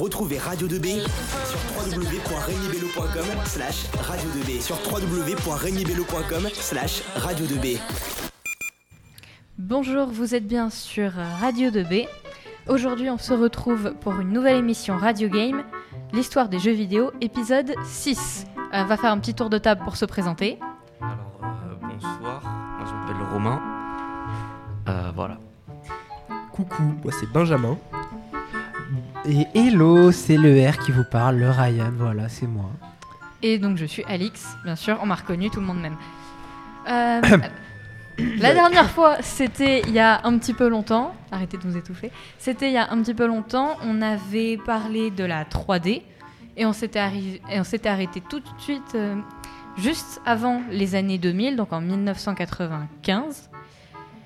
Retrouvez Radio 2B sur www.regnibello.com slash radio 2B sur www.regnibello.com slash radio 2B. Bonjour, vous êtes bien sur Radio 2B. Aujourd'hui, on se retrouve pour une nouvelle émission Radio Game, l'histoire des jeux vidéo, épisode 6. Euh, va faire un petit tour de table pour se présenter. Alors, euh, bonsoir, moi je m'appelle Romain. Euh, voilà. Coucou, moi c'est Benjamin. Et hello, c'est le R qui vous parle, le Ryan, voilà, c'est moi. Et donc, je suis Alix, bien sûr, on m'a reconnu, tout le monde m'aime. Euh, la dernière fois, c'était il y a un petit peu longtemps. Arrêtez de nous étouffer. C'était il y a un petit peu longtemps. On avait parlé de la 3D et on s'était, arri- et on s'était arrêté tout de suite euh, juste avant les années 2000, donc en 1995.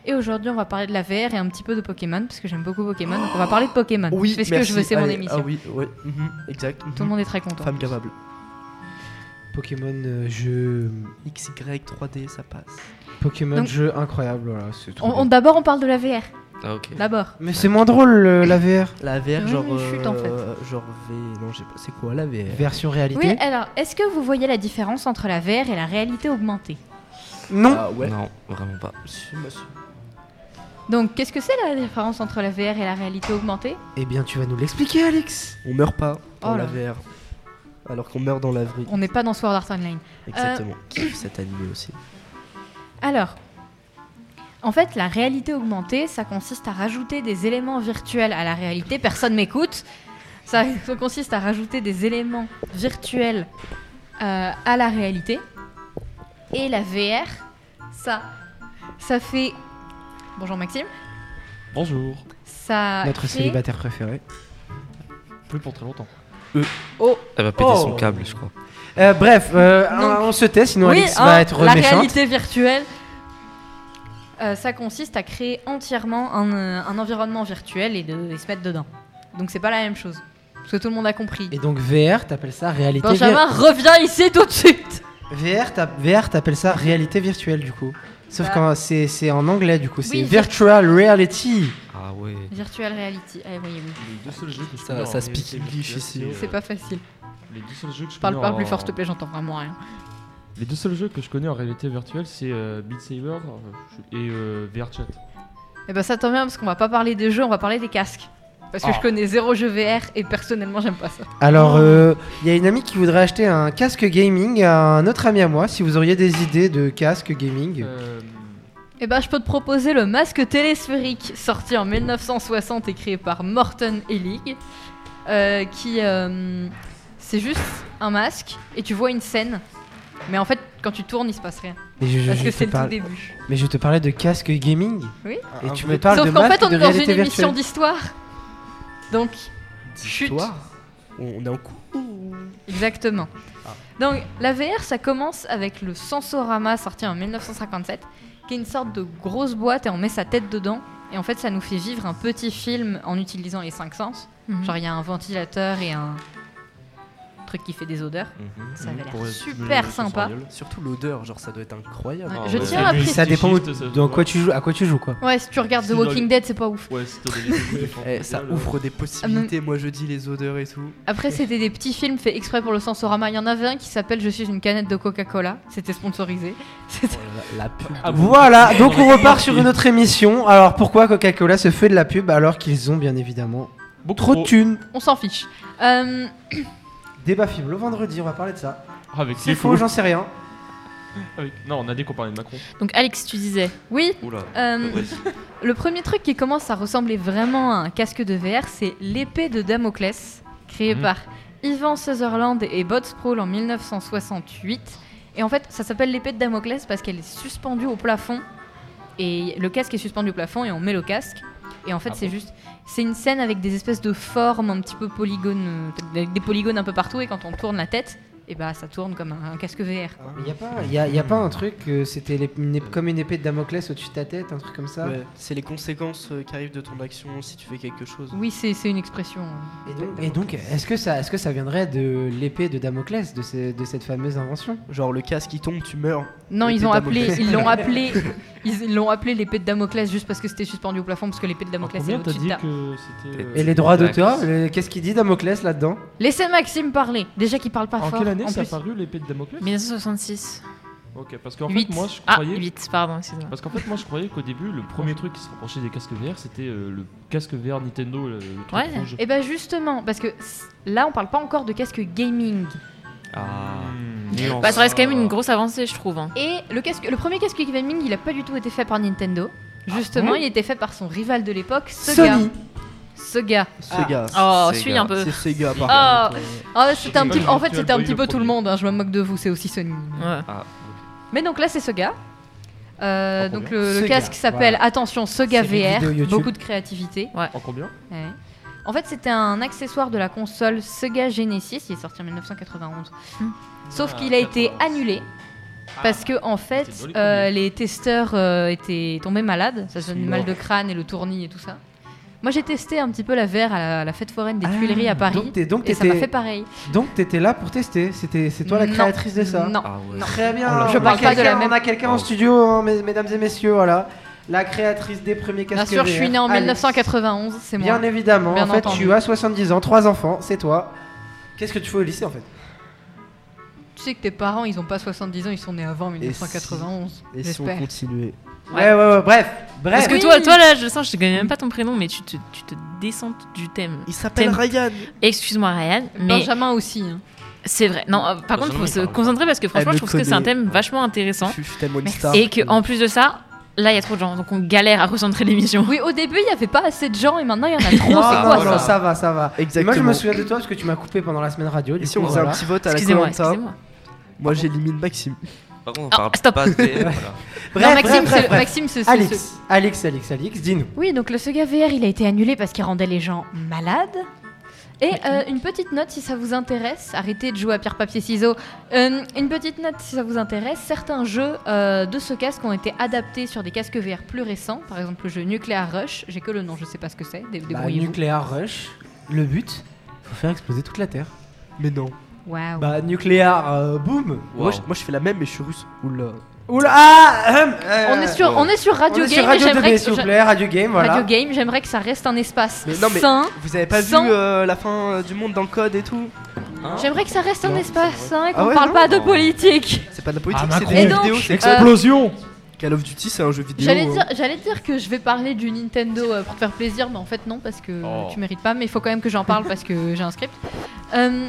Et aujourd'hui, on va parler de la VR et un petit peu de Pokémon, parce que j'aime beaucoup Pokémon. Donc on va parler de Pokémon. Oui, je fais ce merci. que je veux, c'est mon Allez, émission. Ah oui, ouais, mhm, exact. Tout le monde est très content. Femme capable. Pokémon euh, jeu, XY 3D, ça passe. Pokémon Donc- jeu incroyable, voilà, c'est trop On- bien. on- d'abord, on parle de la VR. Ah, ok. D'abord. Mais c'est moins drôle euh, la VR, La VR, Oui, genre. oui, chute, en euh, Genre V. Non, je sais pas. C'est quoi la VR version réalité. Oui, alors, est-ce que vous voyez la différence entre la VR et la réalité augmentée Non, Ah ouais. Non, vraiment pas. Si, bah, si. Donc, qu'est-ce que c'est la différence entre la VR et la réalité augmentée eh bien tu vas nous l'expliquer Alex. On meurt pas dans Oh la là. VR. Alors qu'on meurt dans la vraie. On n'est pas dans Sword Art Online. Euh, Exactement. Kiffe cet animé aussi. Alors, en fait, la réalité augmentée, ça consiste à rajouter des éléments virtuels à la réalité. Personne m'écoute. Ça, ça consiste à rajouter des éléments virtuels euh, à la réalité. Et la VR, ça, ça fait. Bonjour Maxime. Bonjour. Ça Notre fait- célibataire préféré. Plus pour très longtemps. Oh, Elle va péter Oh. son câble, je crois. Euh, bref, euh, Donc- on- on se tait, sinon Oui, Alex hein, va être la méchante. réalité virtuelle. euh, ça consiste à créer entièrement un, euh, un environnement virtuel et de et se mettre dedans. Donc c'est pas la même chose. Parce que tout le monde a compris. Et donc VR, t'appelles ça réalité Benjamin, reviens ici tout de suite vir- VR, t'as- VR, t'appelles ça réalité virtuelle du coup. Sauf Bah. quand c'est c'est en anglais du coup, c'est Oui, vir- virtual reality. Ah ouais. Virtual reality. Ah oui, oui. Les deux seuls jeux que je Ça- connais ça en se réalité pique virtuelle, glitch ici, euh, C'est pas facile. Les deux seuls jeux que je Parle connais pas en- plus fort, s'il te plaît, j'entends vraiment rien. Les deux seuls jeux que je connais en réalité virtuelle, c'est euh, Beat Saber euh, je- et euh, VRChat. Et ben ça tombe bien parce qu'on va pas parler des jeux, on va parler des casques. Parce Oh. que Ah. je connais zéro jeu VR et personnellement j'aime pas ça. Alors, euh, il y a une amie qui voudrait acheter un casque gaming à un autre ami à moi. Si vous auriez des idées de casque gaming, Euh, Eh ben, je peux te proposer le masque télésphérique, sorti en 1960 et créé par Morton Ellig, euh, qui euh, c'est juste un masque et tu vois une scène, mais en fait quand tu tournes il se passe rien mais, je, je- parce je que te c'est le tout parle- début. mais je te parlais de casque gaming. Oui. Ah, Et tu me parles de Sauf qu'en masque fait on de est dans une réalité émission virtuelle. d'histoire, donc chute Toi On est en coup. exactement. Donc la VR ça commence avec le Sensorama sorti en 1957, qui est une sorte de grosse boîte et on met sa tête dedans. Et en fait, ça nous fait vivre un petit film en utilisant les cinq sens. Genre, il y a un ventilateur et un truc qui fait des odeurs. Mhm. Ça avait pour l'air être super sensoriel. sympa. Surtout l'odeur, genre ça doit être incroyable. Ouais, Ah je ouais. tiens à Oui, préciser. Ça dépend où, Juste, ça- dans quoi tu joues, à quoi tu joues quoi. Ouais, si tu regardes The Sinon, Walking il- Dead, c'est pas ouf. Ouais, c'était des- des- des- Eh, ça des- ouvre des Ah, possibilités, moi je dis les odeurs et tout. Après, c'était des petits films faits exprès pour le sensorama. Il y en avait un qui s'appelle Je suis une canette de Coca-Cola. C'était sponsorisé. C'était- la pub. Ah bon Voilà, donc on repart sur une autre émission. Alors pourquoi Coca-Cola se fait de la pub alors qu'ils ont bien évidemment Beaucoup trop Oh. de thunes On s'en fiche. Euh, Débat film le vendredi, on va parler de ça. Ah, Avec C'est les faux, faux. j'en sais rien. Avec- Non, on a dit qu'on parlait de Macron. Donc Alex, tu disais. oui, Oula. euh, le premier truc qui commence à ressembler vraiment à un casque de VR, c'est l'épée de Damoclès, créée Mhm. par Ivan Sutherland et Bud Sproul en 1968. Et en fait, ça s'appelle l'épée de Damoclès parce qu'elle est suspendue au plafond. Et le casque est suspendu au plafond et on met le casque. Et en fait, Ah c'est bon juste. C'est une scène avec des espèces de formes un petit peu polygones, euh, avec des polygones un peu partout. Et quand on tourne la tête, et bah ça tourne comme un, un casque VR. Ah quoi. Il n'y a, pas- y a- y a pas un truc, euh, c'était l'ép- une ép- comme une épée de Damoclès au-dessus de ta tête, un truc comme ça Ouais, c'est les conséquences euh, qui arrivent de ton action si tu fais quelque chose. Oui, c'est c'est une expression. euh. Et donc, et donc, est-ce que ça, est-ce que ça viendrait de l'épée de Damoclès, de, ce- de cette fameuse invention Genre le casque qui tombe, tu meurs. Non, L'épée ils ont de appelé, Damoclès. ils l'ont appelé, ils ils l'ont appelé l'épée de Damoclès juste parce que c'était suspendu au plafond parce que l'épée de En Damoclès est combien t'as au-dessus de dit ta- que c'était. euh, Et les droits Damoclès. d'auteur, le- qu'est-ce qu'il dit Damoclès là-dedans Laissez Maxime parler. Déjà qu'il parle pas En Ah, fort. quelle année en ça a plus. paru l'épée de Damoclès 1966. Ok, parce qu'en fait, 8. moi je ah, croyais. 8, pardon, excuse-moi. Parce qu'en fait, moi je croyais qu'au début, le premier truc qui se rapprochait des casques VR, c'était euh, le casque VR Nintendo, le, le truc Ouais. rouge. Et bah justement, parce que c- là on parle pas encore de casque gaming. Ah. Hmm. nuance. Bah, ça reste quand même une grosse avancée, je trouve. hein. Et le, casque, le premier casque gaming, il a pas du tout été fait par Nintendo. Ah Justement, il était fait par son rival de l'époque, Sega. Sony. Sega. Sega. Oh, Sega. suis un peu. C'est Sega par Ah. contre. euh. Ah, c'était un petit, en fait, Virtual c'était un Boy, petit le peu tout le premier. monde. hein, je me moque de vous, c'est aussi Sony. Ouais. Ah, Mais donc là, c'est Sega. Euh, Ah, combien donc le, le Sega, casque s'appelle voilà. attention Sega Série vidéo VR, YouTube. beaucoup de créativité. En combien Ouais. En fait, c'était un accessoire de la console Sega Genesis, il est sorti en 1991. Hmm. Sauf Ah, qu'il a été 91. annulé parce que en fait, C'était dans les euh, premiers. les testeurs euh, étaient tombés malades, ça Ils se donne sont mal de morts. crâne et le tournis et tout ça. Moi, j'ai testé un petit peu la VR à la, à la fête foraine des Ah, Tuileries à Paris. Donc t'es- donc et ça m'a fait t'étais, pareil. donc t'étais là pour tester. C'était, c'est toi la Non. créatrice de ça. Non. ah ouais. Très bien. Oh là on là. a Je parle pas de la quelqu'un- même- On a Oh. quelqu'un en studio, hein, mes- mesdames et messieurs, voilà. La créatrice des premiers Bien casques sûr, je VR, suis née en Alex. 1991, c'est moi. hein. Bien évidemment. Bien en fait, entendu. tu as 70 ans, trois enfants, c'est toi. Qu'est-ce que tu fais au lycée en fait Tu sais que tes parents, ils ont pas 70 ans, ils sont nés avant 1991. Et si on J'espère. continuait ouais. ouais, ouais, bref, bref. Parce que Oui. toi, toi là, je sens, je te connais même pas ton prénom, mais tu te, tu te descends du thème. Il s'appelle T'aimes- Ryan. Excuse-moi, Ryan, mais Benjamin aussi. hein. c'est vrai. Non, euh, par Benjamin, contre, faut il se parle pas. concentrer parce que franchement, me je trouve que c'est un connaît. thème vachement intéressant. Je suis tellement une Merci. star. Et que en plus de ça, là, il y a trop de gens, donc on galère à recentrer l'émission. Oui, au début, il y avait pas assez de gens et maintenant, il y en a Non, trop. c'est non, quoi ça non, ça, va, ça va. Et Exactement. Moi, je me souviens de toi parce que tu m'as coupé pendant la semaine radio. Et du si coup, on faisait voilà. un petit vote à la Excusez-moi, Colanta, excusez-moi. moi j'élimine Maxime. Par contre, on Ah, parle stop. pas de voilà. Bref, non, Maxime, bref, bref, c'est- bref. Maxime, c'est- c'est- c'est- Alex, Alex, Alex, Alex, dis-nous. Oui, donc le Sega VR, il a été annulé parce qu'il rendait les gens malades. Et euh, une petite note si ça vous intéresse, arrêtez de jouer à pierre papier ciseaux. Euh, une petite note si ça vous intéresse, certains jeux euh, de ce casque ont été adaptés sur des casques VR plus récents, par exemple le jeu Nuclear Rush, j'ai que le nom, je sais pas ce que c'est, dé- Bah, débrouillez-vous. Nuclear Rush, le but, faut faire exploser toute la Terre. Mais non. Waouh. Bah, nucléaire, euh, boum. Moi, Wow. je, moi, je fais la même mais je suis russe. Oula. Euh, Oula, ah, hum, euh, on, est sur, wow. on est sur Radio on est Game, sur Radio et 2B, j'aimerais s'il vous que, plaît, Radio Game, voilà. Radio Game, j'aimerais que ça reste un espace Mais non, mais- sain. Vous avez pas Sans- vu euh, la fin euh, du monde dans Code et tout J'aimerais que ça reste un Non, espace c'est sain et qu'on Ah ouais, parle non pas de Non. politique. C'est pas de la politique, Ah, c'est Macron. des Et jeux donc, vidéo. c'est- Explosion Call of Duty, c'est un jeu vidéo. J'allais euh. dire, j'allais dire que je vais parler du Nintendo euh, pour te faire plaisir, mais en fait non parce que Oh. tu mérites pas. Mais il faut quand même que j'en parle parce que j'ai un script. Euh,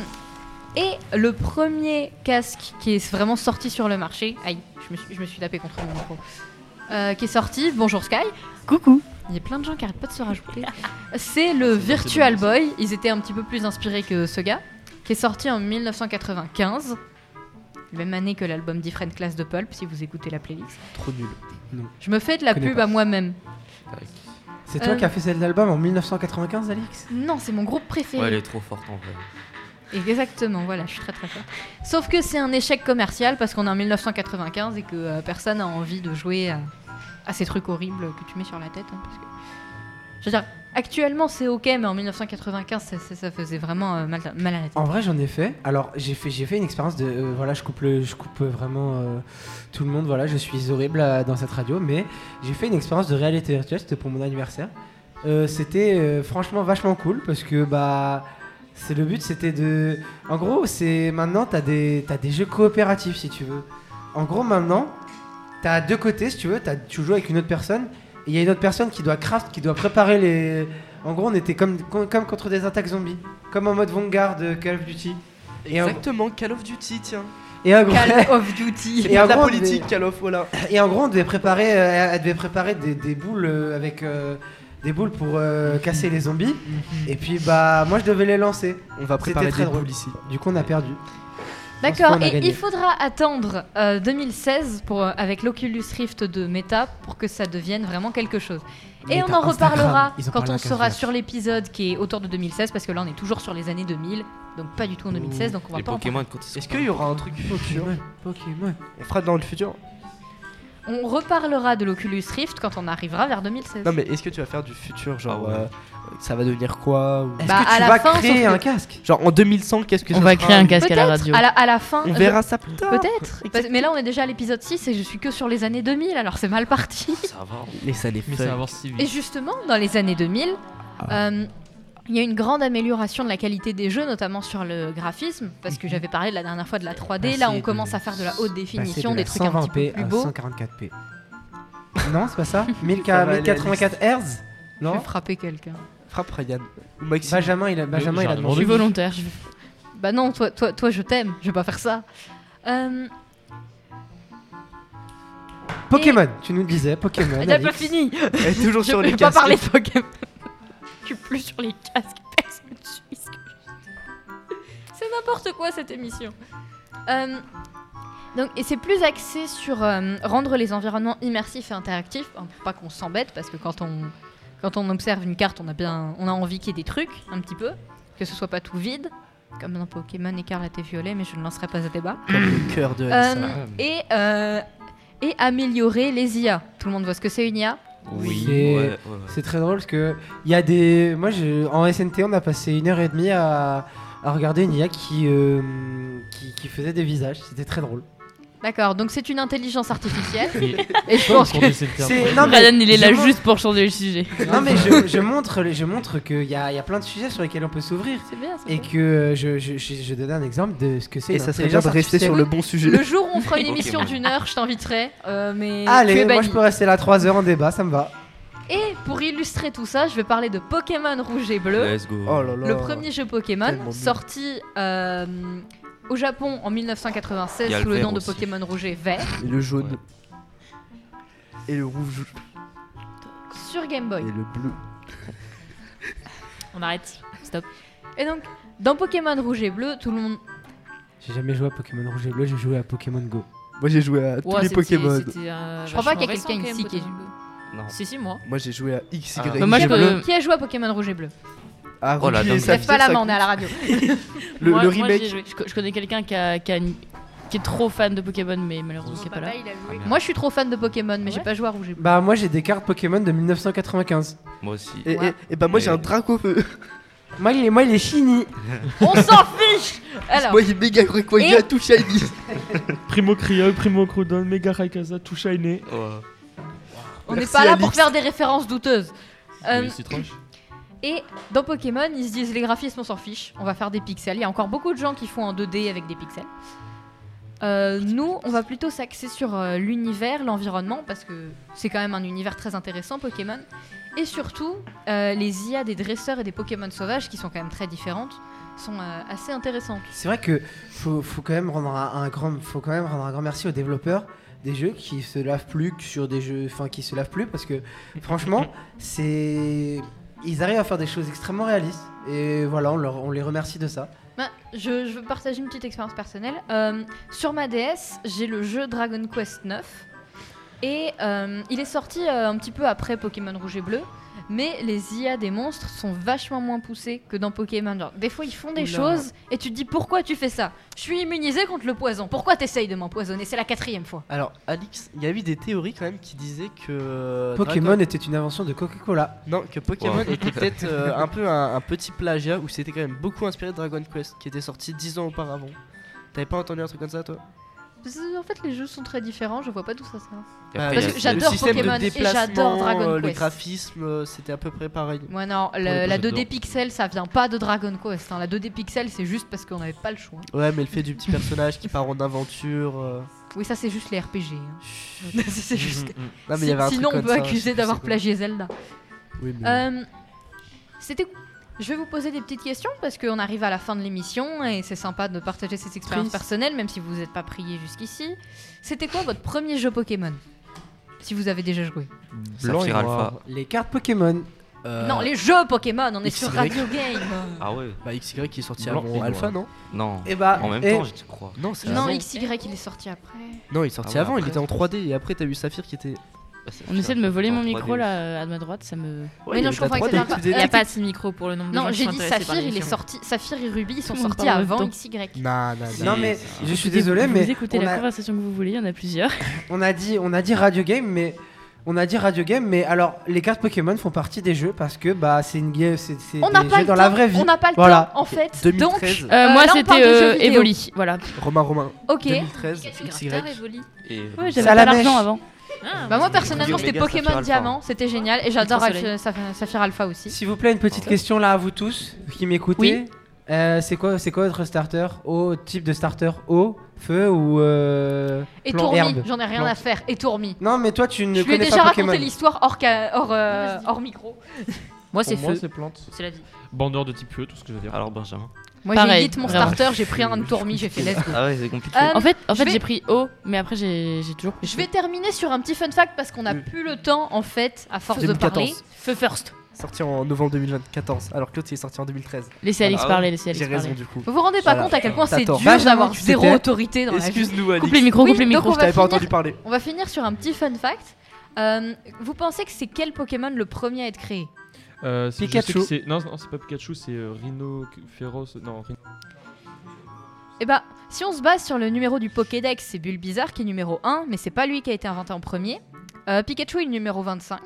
et le premier casque qui est vraiment sorti sur le marché, aïe, je me suis, je me suis tapé contre mon micro, Euh, qui est sorti. Bonjour Sky. Coucou. Il y a plein de gens qui arrêtent pas de se rajouter. C'est le Virtual Boy. Ils étaient un petit peu plus inspirés que ce gars, qui est sorti en 1995, la même année que l'album Different Class de Pulp. Si vous écoutez la playlist, Trop nul. je me fais de la Connais pub pas. à moi-même. C'est toi Euh. qui as fait cet album en 1995, Alex Non, c'est mon groupe Ouais, elle préféré. est trop forte en vrai. Exactement, voilà, je suis très très forte. Sauf que c'est un échec commercial parce qu'on est en 1995 et que euh, personne n'a envie de jouer à, à ces trucs horribles que tu mets sur la tête. hein, parce que- Je veux dire, actuellement c'est ok, mais en 1995 ça, ça- ça faisait vraiment euh, mal, mal à la tête. En vrai, j'en ai fait. Alors, j'ai fait, j'ai fait une expérience de. euh, voilà, je coupe, le- je coupe vraiment euh, tout le monde. Voilà, je suis horrible à- dans cette radio, mais j'ai fait une expérience de réalité virtuelle. C'était pour mon anniversaire. Euh, c'était euh, franchement vachement cool parce que bah. C'est le but, c'était de. En gros, c'est maintenant t'as des t'as des jeux coopératifs si tu veux. En gros, maintenant t'as deux côtés si tu veux. T'as, tu joues avec une autre personne et il y a une autre personne qui doit craft, qui doit préparer les. En gros, on était comme comme comme contre des attaques zombies, comme en mode Vanguard de Call of Duty. Et un- Exactement, Call of Duty, tiens. Et en gros, Call of Duty. C'est Et pas en de la gros, politique, mais- Call of, voilà. et en gros, on devait préparer, euh, elle devait préparer des, des boules euh, avec euh, des boules pour euh, casser les zombies. Mhm. Et puis bah, moi, je devais les lancer. On va préparer très des drôle. boules ici. Du coup, on a perdu. D'accord, on a et gagné. il faudra attendre euh, 2016 pour, euh, avec l'Oculus Rift de Meta pour que ça devienne vraiment quelque chose. Et Meta, on en Instagram, reparlera ils en quand parlent à on 15 sera heures. sur l'épisode qui est autour de 2016, parce que là on est toujours sur les années 2000, donc pas du tout en 2016, donc on va Les pas en parler. Pokémon, quand ils Est-ce qu'il y aura un truc futur Pokémon, Pokémon. On fera dans le futur On reparlera de l'Oculus Rift quand on arrivera vers 2016. Non mais est-ce que tu vas faire du futur genre Ah ouais. euh, ça va devenir quoi ou- Est-ce Bah, que à tu la vas fin, créer sauf que- un casque Genre en 2100 qu'est-ce que On ça va sera créer un casque à Peut-être, la radio. à la, à la fin. On je- verra ça plus tard. Peut-être. Parce- Mais là on est déjà à l'épisode 6 et je suis que sur les années 2000, alors c'est mal parti. Ça va. Mais ça les Mais feuilles. ça avance si Et vite. justement, dans les années 2000, Ah euh, il y a une grande amélioration de la qualité des jeux, notamment sur le graphisme, parce que j'avais parlé la dernière fois de la 3D. Là, Mhm. Passer on de- commence à faire de la haute Passer définition, de des la trucs un petit peu 120p plus à beaux. 144p. non, c'est pas ça 1000 Ça va aller, 1084 Hz Je vais Non frapper quelqu'un. Frappe Ryan. Ou Maxime. Benjamin, il a, Benjamin, il j'ai a rien Je demandé. suis demandé. volontaire. je- Bah non, toi, toi, toi je t'aime, je vais pas faire ça. Euh, Pokémon, tu nous disais, Pokémon. elle a Alex. pas fini Ah, bah, Elle est toujours Je sur les vais pas casques. parler de Pokémon. je suis plus sur les casques, personne ne suit ce que je dis. C'est n'importe quoi cette émission. Euh, donc, et c'est plus axé sur euh, rendre les environnements immersifs et interactifs, hein, pour pas qu'on s'embête, parce que quand on, quand on observe une carte, on a, bien, on a envie qu'il y ait des trucs, un petit peu, que ce soit pas tout vide, comme dans Pokémon écarlate et violet, mais je ne lancerai pas ce débat. Le cœur de Euh, Alissa. et, euh, et améliorer les IA. Tout le monde voit ce que c'est une IA Oui. C'est- ouais, ouais, ouais. C'est très drôle parce que il y a des. Moi, je- en SNT, on a passé une heure et demie à, à regarder une IA qui, euh, qui, qui faisait des visages. C'était très drôle. D'accord, donc c'est une intelligence artificielle. Et- Et je Pas au pense cours que de septembre. C'est- non, mais- Ryan, il est là je montre- juste pour changer le sujet. Non, mais je, je montre, je montre qu'il y a, il y a plein de sujets sur lesquels on peut s'ouvrir. c'est bien. c'est Et bien. que euh, je, je, je, je donnais un exemple de ce que c'est. Et une ça serait bien de intelligence rester sur le bon le sujet. jour où on fera une Ok, émission bon. d'une heure, je t'inviterai. euh, mais tu Allez, es moi banni. je peux rester là 3 heures en débat, ça me va. Et pour illustrer tout ça, je vais parler de Pokémon Rouge et Bleu, Let's go. Oh là là. le premier jeu Pokémon Tellement bien. sorti euh, au Japon en 1996 Il y a sous le le nom vert de aussi. Pokémon Rouge et Vert Et le jaune. Et le rouge. sur Game Et Boy. le bleu. On arrête. Stop. Et donc, dans Pokémon Rouge et Bleu, tout le monde. J'ai jamais joué à Pokémon Rouge et Bleu, j'ai joué à Pokémon Go. Moi j'ai joué à tous Ouah, les c'était- Pokémon. c'était, euh, Je crois pas vachement qu'il y a récent, quelqu'un quand même, ici qui- Pokémon Go. Non. Si, si, moi. Moi j'ai joué à XY. Ah. Bah, moi, je j'ai peux- bleu. Euh. Qui a joué à Pokémon Rouge et Bleu Ah, Oh la Ruby et dingue. sa Lève fille, pas la ça main, on compte. est à la radio. Le, Moi- le moi, j'y ai remake. joué. je, je connais quelqu'un qui, a- qui a une- qui est trop fan de Pokémon, mais malheureusement, qui est pas là. Ah, merde. Moi, je suis trop fan de Pokémon, mais j'ai Ouais. pas joué à Rouge et Bleu. Bah, moi j'ai des cartes Pokémon de 1995. Moi aussi. et, Ouais. et- et bah moi j'ai Mais- un draco feu. Moi il est, moi, il est shiny. On s'en fiche Alors, Moi il est méga Rayquaza Et- tout shiny. Primo Criol, Primo Crudon, Mega Raikasa, tout Shiny. Ouais. on n'est Merci, pas là Alix. pour faire des références douteuses. Euh, Et Citroche. Et dans Pokémon, ils se disent les graphismes, on s'en fiche, on va faire des pixels. Il y a encore beaucoup de gens qui font en 2D avec des pixels. Euh, nous, on va plutôt s'axer sur euh, l'univers, l'environnement, parce que c'est quand même un univers très intéressant, Pokémon. Et surtout, euh, les IA des dresseurs et des Pokémon sauvages, qui sont quand même très différentes, sont euh, assez intéressantes. C'est vrai que faut, faut quand même rendre un, un grand, faut quand même rendre un grand merci aux développeurs des jeux qui se lavent plus que sur des jeux, enfin qui se lavent plus parce que franchement, c'est, ils arrivent à faire des choses extrêmement réalistes et voilà, on, leur- on les remercie de ça. Ben, je, je veux partager une petite expérience personnelle. Euh, sur ma DS, j'ai le jeu Dragon Quest 9. Et euh, il est sorti euh, un petit peu après Pokémon Rouge et Bleu. Mais les IA des monstres sont vachement moins poussées que dans Pokémon. Genre, des fois, ils font des Oula. choses et tu te dis pourquoi tu fais ça Je suis immunisé contre le poison. Pourquoi t'essayes de m'empoisonner C'est la quatrième fois. Alors Alix, il y a eu des théories quand même qui disaient que euh, Pokémon était une invention de Coca-Cola. Non, que Pokémon Ouais. était peut-être euh, un peu un, un petit plagiat où c'était quand même beaucoup inspiré de Dragon Quest qui était sorti 10 ans auparavant. T'avais pas entendu un truc comme ça toi Parce que, En fait, les jeux sont très différents. Je vois pas tout ça. ça. Et Bah, après, parce il y a que ce- j'adore le système Pokémon de et déplacement, j'adore Dragon euh, Le Quest. graphisme, euh, c'était à peu près pareil. Moi, non, le- le coup, la j'adore. 2D pixel, ça vient pas de Dragon Quest. hein. La 2D pixel, c'est juste parce qu'on n'avait pas le choix. Ouais, mais le fait du petit personnage qui part en aventure. euh, Oui, ça c'est juste les RPG. hein. c'est juste. Non, mais il y Si- avait un Sinon, truc on comme peut ça, je sais accuser plus d'avoir c'est quoi. plagié Zelda. Oui, mais- Euh, C'était. Je vais vous poser des petites questions parce qu'on arrive à la fin de l'émission et c'est sympa de partager ces expériences Triste. personnelles, même si vous n'êtes pas prié jusqu'ici. C'était quoi votre premier jeu Pokémon Si vous avez déjà joué. Blanc et Saphir Alpha. noir. Les cartes Pokémon. Euh, Non, les jeux Pokémon, on est XY. sur Radio Game. Ah ouais Bah, XY qui est sorti Blanc, avant il Alpha, doit- non Non. Et bah, En même et- temps, je te crois. Non, c'est Non, avant. XY, il est sorti après. Non, il est sorti Ah ouais, avant, il après. était en 3D et après t'as eu Saphir qui était. On essaie de me voler mon micro là à ma droite, ça me. Ouais, Mais il non, avait je la comprends que 3D, c'est tout Euh, Il n'y était- a pas assez de micro pour le nombre de gens Non, qui j'ai sont dit intéressés par Saphir, il est l'émission. sorti. Saphir et Ruby, ils sont Tout le monde sortis parle en même avant temps. XY. Non, non, non. Non, mais c'est- je suis Écoutez, désolé, vous- mais. Vous écoutez on la a- conversation que vous voulez, il y en a plusieurs. Euh, On a dit, on a dit Radio Game, mais on a dit Radio Game, mais alors les cartes Pokémon font partie des jeux parce que bah c'est une game, c'est c'est On des n'a pas jeux le dans temps. la vraie vie. On n'a pas le Voilà. temps, en fait. Donc, 2013, Euh, là, moi on parle c'était de jeux euh, vidéo. Evoli, voilà. Romain Romain. ok. 2013, XY. Et Ouais, j'avais j'avais pas pas l'argent l'argent avant. Ah, Bah moi mais- personnellement Omega, c'était Pokémon Saphir Alpha. Diamant, c'était génial et j'adore Ultra Soleil. Alpha- Saph- Saphir Alpha aussi. S'il vous plaît, une petite question là à vous tous qui m'écoutez. Euh, c'est quoi, c'est quoi votre starter Au type de starter Eau, feu ou euh, Et plante- Tourmi, herbe j'en ai rien Plante. à faire. Et Tourmi. Non, mais toi tu ne Je lui ai connais déjà pas Pokémon. raconté l'histoire hors, ca- hors, euh, hors micro. Moi, Pour c'est moi, feu. c'est plante. C'est la vie. Bandeur de type feu, tout ce que je veux dire. Alors, Benjamin. Moi j'ai Pareil, hit mon vraiment. starter, j'ai pris un Tourmi, j'ai fait let's go. Ah ouais, c'est compliqué. Euh, En fait, en je fait vais- j'ai pris O, mais après j'ai j'ai toujours pris. Je vais terminer sur un petit fun fact parce qu'on n'a plus le temps en fait à force de parler. 2014. Feu first. Sorti en novembre 2014, alors que l'autre il est sorti en 2013. Laissez Alex Ah ouais. parler, laissez J'ai Alex raison parler. du coup. Vous vous rendez pas Voilà. compte à quel point T'as c'est tort. dur Benjamin, d'avoir tu zéro t'étais- autorité dans la vie. Excuse-nous, Coupe Alex. les micros, Oui, coupe les donc on micros. va T'avais pas finir- entendu parler. On va finir sur un petit fun fact. Euh, vous pensez que c'est quel Pokémon le premier à être créé Euh, c'est- je sais Pikachu. que c'est- Non, non, c'est pas Pikachu, c'est euh, Rhino Féroce. Non, Rhino- Eh bah, si on se base sur le numéro du Pokédex, c'est Bulbizarre qui est numéro 1, mais c'est pas lui qui a été inventé en premier. Euh, Pikachu est le numéro 25.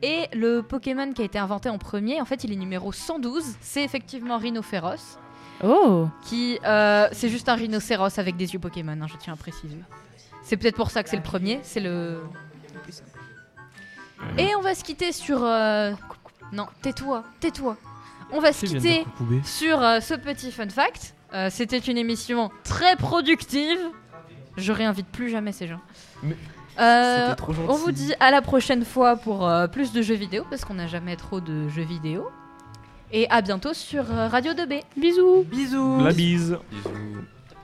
Et le Pokémon qui a été inventé en premier, en fait, il est numéro 112. C'est effectivement Rhinophéros, Oh qui. euh, c'est juste un rhinocéros avec des yeux Pokémon, hein, je tiens à préciser. C'est peut-être pour ça que c'est le premier, c'est le. le plus simple. Et on va se quitter sur. euh, Non, tais-toi, tais-toi. On va se Qui vient de quitter dire Kokoubé sur euh, ce petit fun fact. Euh, C'était une émission très productive. Je réinvite plus jamais ces gens. Mais- Euh, C'était trop gentil. on vous dit à la prochaine fois pour euh, plus de jeux vidéo parce qu'on n'a jamais trop de jeux vidéo. Et à bientôt sur euh, Radio 2B. Bisous Bisous. La bise. Bisous.